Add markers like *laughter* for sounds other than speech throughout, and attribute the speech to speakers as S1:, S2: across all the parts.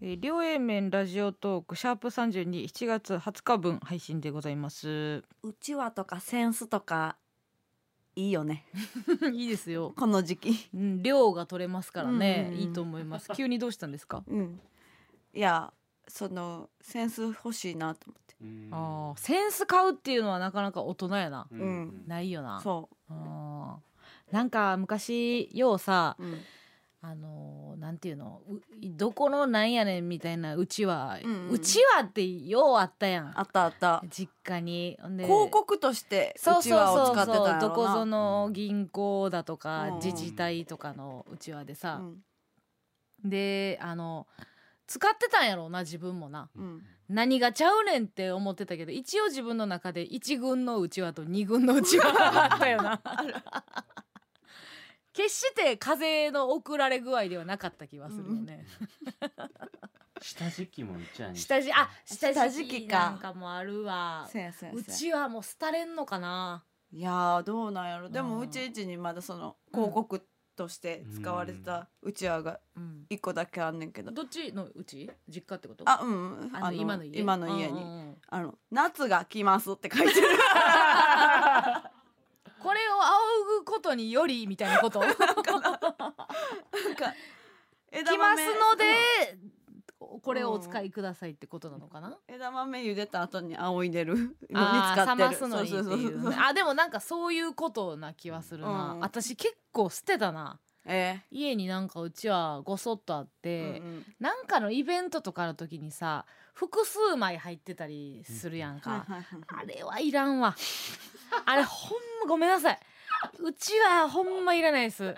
S1: えー両 A 面ラジオトークシャープ三十二七月二十日分配信でございます。
S2: うちわとかセンスとかいいよね
S1: いいですよ。
S2: この時期
S1: うん、量が取れますからね、
S2: うん
S1: いいと思います。急にどうしたんですか。
S2: うんいやそのセンス欲しいなと思って
S3: うん
S1: ああ、センス買うっていうのはなかなか大人やな。
S3: うん
S2: うん
S1: ないよな。
S2: そ
S1: あーなんか昔ようさ
S2: う、うん、
S1: あのーなんていうのうどこのなんやねんみたいなうちは、う
S2: うんうん
S1: ちはってようあったやん
S2: あったあった
S1: 実家にほんで
S2: 広告として
S1: そうう
S2: ち
S1: そう
S2: わを
S1: そ
S2: 使っ
S1: う
S2: てたん
S1: そう
S2: や
S1: ど
S2: ろ
S1: こ
S2: な
S1: ぞの銀行だとか、
S2: うん
S1: 自治体とかのうちわでさ
S2: う、ん
S1: であの使ってたんやろうな自分もな
S2: うん
S1: 何がちゃうねんって思ってたけど一応自分の中で1軍のうちわと2軍のうちわ *laughs* があったよな決して風の送られ具合ではなかった気はするよね、
S3: 下敷きもうちはにして
S1: 下地あ下
S2: 下
S1: 敷
S2: 敷
S1: き
S2: き
S1: な
S2: か
S1: んかもあるわ
S2: せやせや
S1: う
S2: せや
S1: ちはもう廃れんのかない
S2: やーどうなんやろで
S1: う
S2: も
S1: ん
S2: うちうちにまだその広告として使われてたうちわが
S1: うん
S2: 一個だけあんねんけど
S1: どっちのうち実家ってこと
S2: あうん
S1: あの今の家
S2: 今の家
S1: うんう
S2: に
S1: んうん
S2: あの夏が来ますって書いてる
S1: これを仰ぐことによりみたいなこと
S2: *laughs*
S1: 来
S2: なんか *laughs* 枝
S1: ま
S2: 豆
S1: すので
S2: *laughs*
S1: これをお使いくださいってことなのかな、
S2: 枝豆茹でた後に仰いでるのに
S1: あ
S2: 使
S1: ー
S2: って
S1: 冷
S2: る
S1: ますのにって
S2: *laughs* そう
S1: い
S2: そううそう
S1: ねあでもなんかそういうことな気はするな、
S2: うん
S1: 私結構捨てたな
S2: え
S1: 家になんかうちはごそっとあっ
S2: え
S1: て、
S2: うんうん
S1: なんかのイベントとかの時にさ複数枚入ってたりするやんか、
S2: はいはいはい
S1: あれはいらんわあれほんまごめんなさいうちはほんまいらないです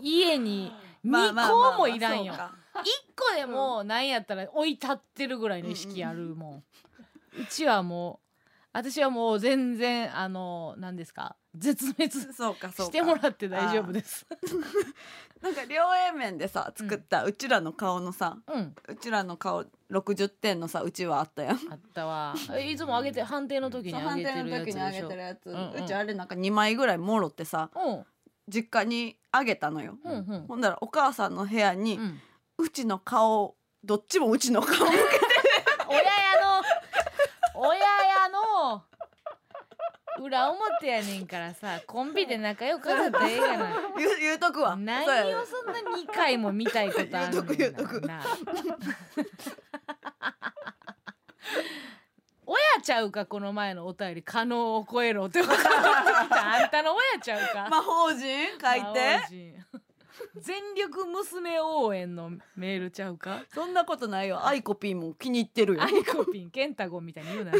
S1: 家に
S2: *laughs* ま
S1: 2
S2: あまあまあ
S1: 個もいらんよ
S2: そうか
S1: 1個でもなんやったら置いたってるぐらいの意識あるもんうちはもう私はもう全然あの何ですか絶滅
S2: そうかそう
S1: し
S2: か
S1: てもらって大丈夫です
S2: なんか両 A 面でさ作ったうちらの顔のさ、
S1: うん
S2: うちらの顔60点のさうちはあ
S1: *laughs*
S2: ったやん
S1: あったわえいつもあげて判定の時に
S2: そう
S1: あ
S2: 判
S1: げて
S2: 定
S1: る
S2: の
S1: やつ
S2: 時にあ
S1: で
S2: げ
S1: しょ
S2: てるやつ、
S1: う
S2: うん
S1: うん
S2: ちあれなんか2枚ぐらいもろってさ
S1: うん
S2: 実家にあげたのよ、
S1: うんうん
S2: ほんだらお母さんの部屋に、
S1: うん
S2: うちの顔どっちもうち
S1: *laughs*
S2: の顔
S1: 親やの親やの裏表やねんからさコンビで仲良くなったらええがな
S2: 言う言うとくわ
S1: 何
S2: そうや
S1: をそんな2回も見たいことあんねんな
S2: 言うとく言うとく
S1: なあ *laughs* 親ちゃうかこの前のお便り可能を超えろってことあんたの親ちゃうか、
S2: 魔法陣書い
S1: 魔王
S2: て
S1: 陣全力娘応援のメールちゃうか
S2: そんなことないよアイコピーも気に入ってるよ
S1: アイコピンケンタゴンみたいに言うな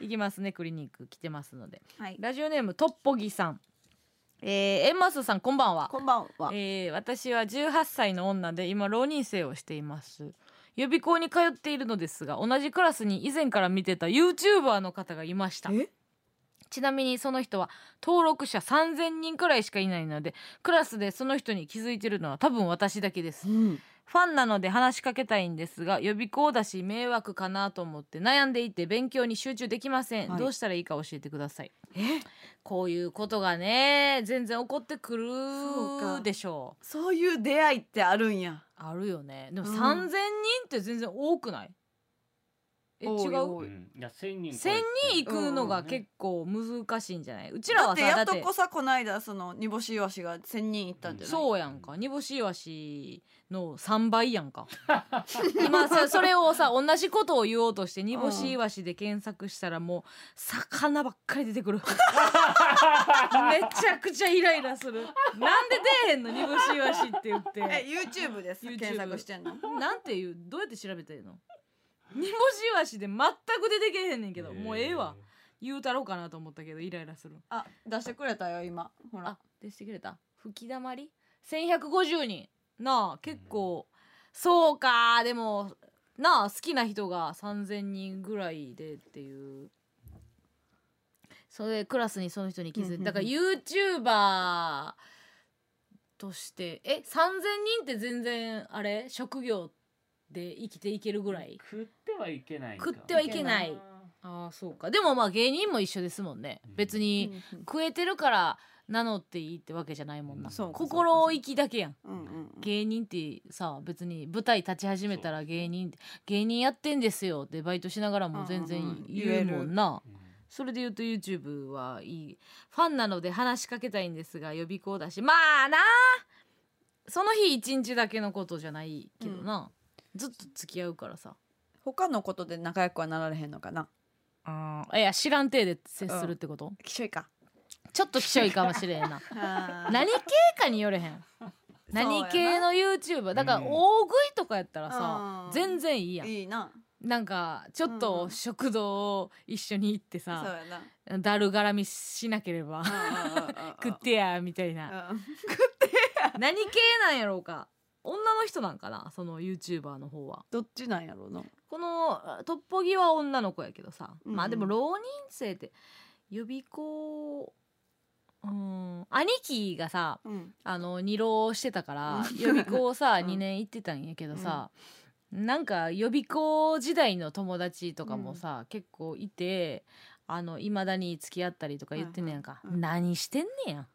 S1: いきますねクリニック来てますので
S2: はい
S1: ラジオネームトッポギさんえー、エンマスさんこんばんは
S2: こんばんは、
S1: えー私は18歳の女で今浪人生をしています予備校に通っているのですが同じクラスに以前から見てた YouTuber の方がいました
S2: え
S1: ちなみにその人は登録者3000人くらいしかいないのでクラスでその人に気づいてるのは多分私だけです
S2: うん
S1: ファンなので話しかけたいんですが予備校だし迷惑かなと思って悩んでいて勉強に集中できません、
S2: はい
S1: どうしたらいいか教えてください
S2: え
S1: こういうことがね全然起こってく
S2: そうか
S1: るでしょう
S2: そういう出会いってあるんや
S1: あるよねでも
S2: うん
S1: 3000人って全然多くない、え
S2: 多い
S1: 違う
S2: 多い
S3: うんいや千人
S1: 1000人行くのが結構難しいんじゃない、うちら
S2: だっ
S1: は
S2: て
S1: さ
S2: や
S1: だ
S2: っ
S1: っ
S2: と
S1: て
S2: こさこないだその煮干しイワシが1,000人いったんじゃない
S1: そうやんか煮干しイワシの3倍やん
S2: *laughs*
S1: か今さそれをさ同じことを言おうとして煮干しイワシで検索したらもう魚ばっかり出てくるめちゃくちゃイライラするなんで出えへんの煮干しイワシって言って
S2: え YouTube です
S1: YouTube
S2: 検索してんの
S1: なんていうどうやって調べたらいいの煮干しイワシで全く出てけへんねんけどもうええわ言うたろうかなと思ったけどイライラする
S2: あ出してくれたよ今ほら
S1: あ出してくれた吹きだまり1150人なあ結構、そうかでもなあ好きな人が3,000人ぐらいでっていうそれでクラスにその人に気づい
S2: うんうんう
S1: て
S2: ん
S1: だから YouTuber としてえ3,000人って全然あれ職業で生きていけるぐらい
S3: 食ってはいけないんか
S1: 食ってはいけないああそうかでもまあ芸人も一緒ですもんね別に、
S2: うんうん
S1: 食えてるから名乗っていいってわけじゃないもんな
S3: うん
S2: そうか
S1: 心意気だけやん
S2: うんうんうん
S1: 芸人ってさ別に舞台立ち始めたら芸人って芸人やってんですよってバイトしながらも全
S2: うんうんう
S1: 然
S2: ん
S1: 言うもんな、 *laughs*
S3: うん
S1: それで言うと YouTube はいいファンなので話しかけたいんですが予備校だしまあなその日一日だけのことじゃないけどな、ずっと付き合うからさ
S2: 他のことで仲良くはなられへんのかな
S1: あいや知らん体で接するってこと、
S2: きしょいか
S1: ちょっときしょいかもしれんな
S2: 何 *laughs*
S1: 何系かによれへん何系の YouTuber だから
S3: うん
S1: 大食いとかやったらさ、
S2: うん
S1: 全然いいやん
S2: いいな
S1: なんかちょっ
S2: うんう
S1: と
S2: ん
S1: 食堂一緒に行って
S2: そう
S1: さ、
S2: やな
S1: だるがらみしなければ
S2: *laughs*
S1: 食ってやみたいな
S2: うん
S1: 何系なんやろうか女の人なんかなその YouTuber の方は
S2: どっちなんやろうな
S1: このトッポギは女の子やけどさ、
S2: うんうん
S1: まあでも浪人生って予備校うん兄貴がさ
S2: うん
S1: あの二浪してたから予備校さ
S2: うん
S1: 2年行ってたんやけどさ、なんか予備校時代の友達とかもさ、結構いてあの未だに付き合ったりとか言ってんねやんか、
S2: うんうん
S1: 何してんねやん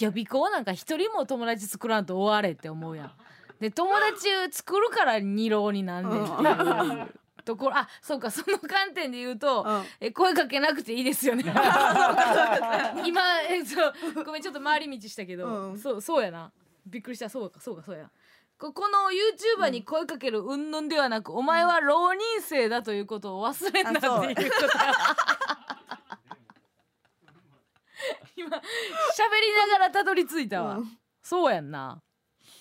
S1: 予備校なんか一人も友達作らんと終われって思うやんで友達作るから二浪になんねんっていうところあそうかその観点で言うと、
S2: うん
S1: え声かけなくていいですよ
S2: *laughs*
S1: ね今えそうごめんちょっと回り道したけど、
S2: うん
S1: そうそうやなびっくりしたそうかそうかそうやここの YouTuber に声かける云々ではなく、お前は浪人生だということを忘れんな
S2: あそう
S1: っていうことだ今喋りながらたどり着いたわ、
S2: うん
S1: そうやんな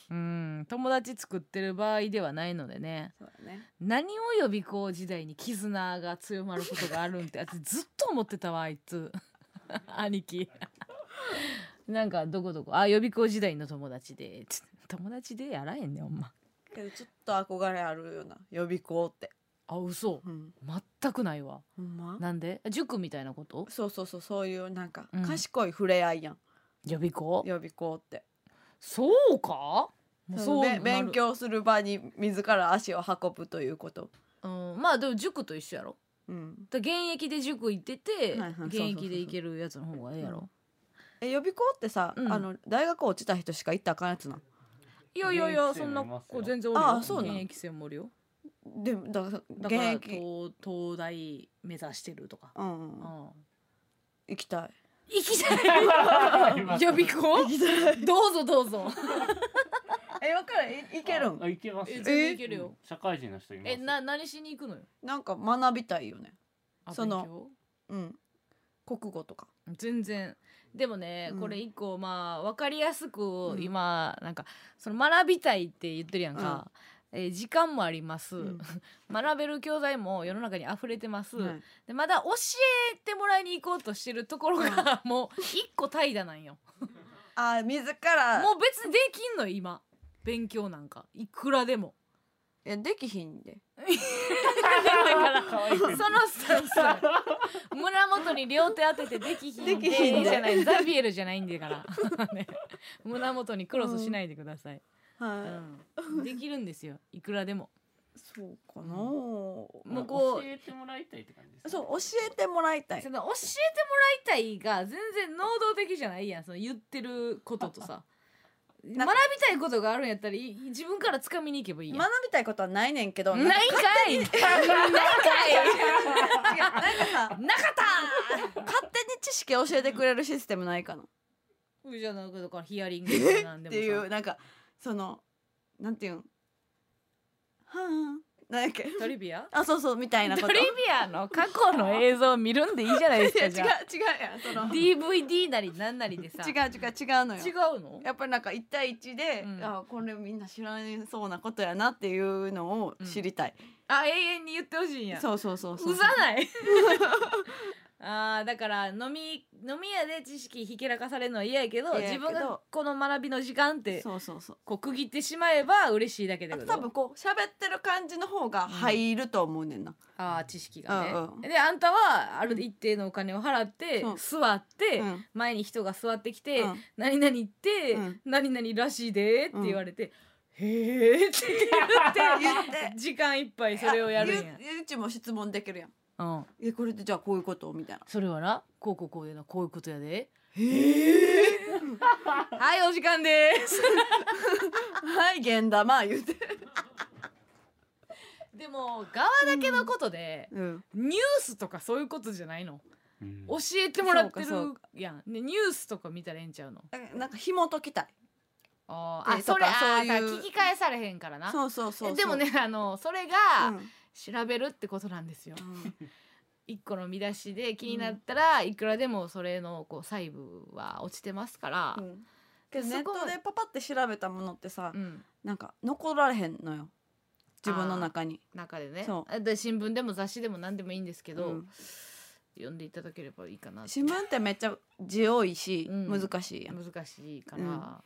S1: うん友達作ってる場合ではないのでね
S2: そうやね
S1: 何を予備校時代に絆が強まることがあるんってあいつずっと思ってたわあいつ *laughs* 兄貴なんかどこどこあ予備校時代の友達でつって友達でやらへんねほんま
S2: けどちょっと憧れあるよな予備校って
S1: あ嘘
S2: うん
S1: 全くないわ
S2: ほんま
S1: なんで塾みたいなこと
S2: そうそうそうそういうなんか
S1: うん
S2: 賢い触れ合いやん
S1: 予備校
S2: 予備校って
S1: そうかもう
S2: その
S1: な
S2: べ
S1: る
S2: 勉強する場に自ら足を運ぶということ
S1: うんまあでも塾と一緒やろ
S2: うん
S1: だから現役で塾行ってて
S2: はいはいそう
S1: 現
S2: そうそう
S1: 役で行けるやつの方がええやろ
S2: え予備校ってさ、
S1: うん
S2: あの大学落ちた人しか行ったらあかんやつない
S1: やいやいや
S3: 現役
S1: そ
S3: 生
S1: んな
S3: も
S1: い
S3: ますよ
S1: 子全然おるよ
S2: あそうなん
S1: 現役生もおるよ
S2: でもだから
S1: だ
S2: 現
S1: から
S2: 役
S1: 東東大目指してるとか、
S2: うん
S1: う
S2: うんん行きたい
S1: 行きたい予備校どうぞどうぞ
S2: え分からんい行ける
S3: あ
S2: ん
S3: いけますよ
S1: え全然いけるよ
S3: 社会人の人います
S1: えな何しに行くのよ
S2: なんか学びたいよね
S1: あ
S2: その
S1: 勉強
S2: うん国語とか
S1: 全然でもね、
S2: うん
S1: これ一個まあ分かりやすく
S2: うん
S1: 今、なんかその学びたいって言ってるやんか、えー時間もあります、
S2: うん
S1: 学べる教材も *laughs* 世の中に溢れてます、
S2: はい
S1: でまだ教えてもらいに行こうとしてるところが、もう一個怠惰なんよ
S2: あ自ら
S1: もう別にできんのよ今勉強なんかいくらでも
S2: えできひんで
S1: だから
S3: 可愛
S1: *laughs*
S3: い
S1: そのスタンスなの胸元に両手当ててできひんで
S2: できひんで
S1: じゃないザビエルじゃないんだから *laughs* ね胸元にクロスしないでください、う
S2: は
S1: んできるんですよいくらでも
S2: いそうか
S1: *laughs*
S2: な
S1: もう
S3: 教
S1: こう
S3: えてもらいたいって感じです
S2: そう
S3: ね
S2: 教えてもらいたい
S1: その教えてもらいたいが全然能動的じゃないやんその言ってることとさ学び
S2: なんか
S1: たいことがあるんやったらい自分から掴みに行けばいいやん
S2: 学びたいことはない *laughs* ねんけど
S1: ないんか
S2: んか
S1: いないん *laughs* かい
S2: 違うなんか
S1: な
S2: さ
S1: かっ
S2: 勝手に知識教えてくれるシステムないかな
S1: たじゃなくだからヒアリングでなんで
S2: っ
S1: も
S2: ていう
S1: さ
S2: なんかそのなんていうんはあなんやっけ
S1: トリビア
S2: あそうそうみたいなこと
S1: トリビアの過去の映像を見るんでいいじゃないです
S2: いや
S1: か
S2: *laughs* 違う違
S1: じゃあ
S2: うやんその
S1: DVD なりなんなりでさ
S2: 違
S1: う
S2: う違う違うのよ
S1: 違うの
S2: やっぱりなんか一対一で、
S1: うん
S2: あこれみんな知らんそうなことやなっていうのを知りたい、
S1: あ永遠に言ってほしいんや
S2: そうそうそうそう
S1: うざない
S2: *laughs*
S1: あーだから飲み飲み屋で知識ひけらかされるのは嫌やけど
S2: 嫌や
S1: 自
S2: けど
S1: 分がこの学びの時間って
S2: そうそうそう
S1: こう区切ってしまえば嬉しいだけだ
S2: あ
S1: け
S2: と
S1: ど
S2: 多分こう喋ってる感じの方が入ると思うねんな、
S1: あー知識がね、
S2: うんうん
S1: であんたはある一定のお金を払って、
S2: うん
S1: 座って、
S2: うん
S1: 前に人が座ってきて「 *laughs*
S2: うん
S1: 何々って、
S2: うん
S1: 何々らしいで」って言われて「へえ」って
S2: 言っ
S1: 言っ
S2: *laughs*
S1: てて時間いっぱいそれをやるんや
S2: あ。ゆゆうちも質問できるやん
S1: うん、
S2: えこれでじゃあこういうことみたいな *laughs*
S1: それはなこうこうこういうのはこういうことやで
S2: ええ
S1: はいお時間です。
S2: はい、ゲン玉言うて。
S1: *laughs* でも側だけのことで、
S2: うん。
S1: ニュースとかそういうことじゃないの。
S3: うん
S1: 教えてもらってる
S2: そうか
S1: やん。ねニュースとか見たらええんちゃうの。
S2: なんか紐解きたい。
S1: あ
S2: ー
S1: あそれ
S2: とかそう
S1: あ
S2: いう
S1: ー聞き返されへんからな。
S2: そうそうそうそう。
S1: えでもねあのそれ
S2: うん、
S1: が調べるってことなんですよ。一個の見出しで気になったらいくらでもそれのこう細部は落ちてますから
S2: う。ん。けど
S1: そ
S2: ネッ
S1: こ
S2: トでパパって調べたものってさ
S1: う、ん
S2: なんか残られへんのよ。自分の中に。
S1: 中でね
S2: そ
S1: で新聞でも雑誌でも何でもいいんですけど、
S2: うん
S1: 読んでいただければいいかなって
S2: 新聞ってめっちゃ字多いし、
S1: うん
S2: 難しいやん。
S1: 難しいから、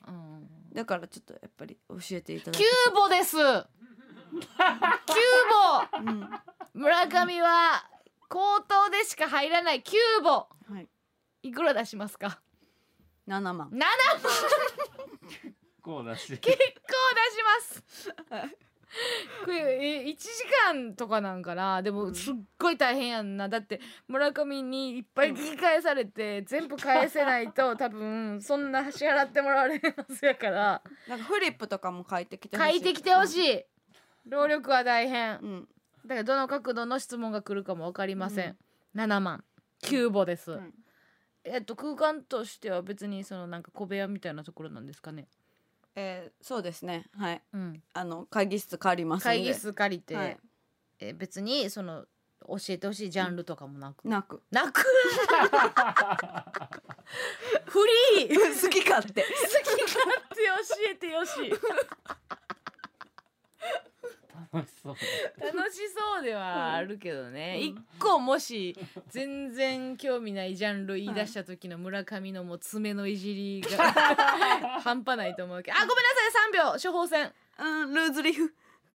S1: うん
S2: だからちょっとやっぱり教えていただ
S1: キ
S2: き
S1: ューボ
S2: *laughs*
S1: ですキュー
S2: たい。うん。は
S1: ボ村上は口頭でしか入らないキューボ
S2: い。
S1: いくら出しますか
S2: 七万。
S1: 7
S3: こうだし。
S1: 結構出し
S2: *laughs*
S1: ますこれえ1時間とかなんかなで
S2: う
S1: も
S2: ん
S1: すっごい大変やんなだって村上にいっぱい聞き返されて全部返せない
S2: *laughs*
S1: と多分そんな支払ってもらわれるはずやから
S2: なんかフリップとかも書いてきて
S1: 書いてきてほし
S2: い。
S1: い労力は大変
S2: うん。
S1: だからどの角度の質問が来るかも分かりません、7万キューボです、
S2: うん
S1: えっと空間としては別にそのなんか小部屋みたいなところなんですかね
S2: えー、そうですね。はい。
S1: うん
S2: あの会議室借りますんで。
S1: 会議室借りて、
S2: はい
S1: えー別にその教えてほしいジャンルとかもなく、
S2: なく。 *laughs*
S1: なくフリー好き
S2: 好き勝
S1: 勝手教
S2: 手。
S1: えてよし
S3: 楽しそう。
S1: 楽しそうではあるけどね、
S2: うん
S1: 一個もし全然興味ないジャンル言い出した時の村上のもう爪のいじ *laughs* りが半端ないと思うけどあごめんなさい3秒処方箋
S2: うん、ルーズリーフ。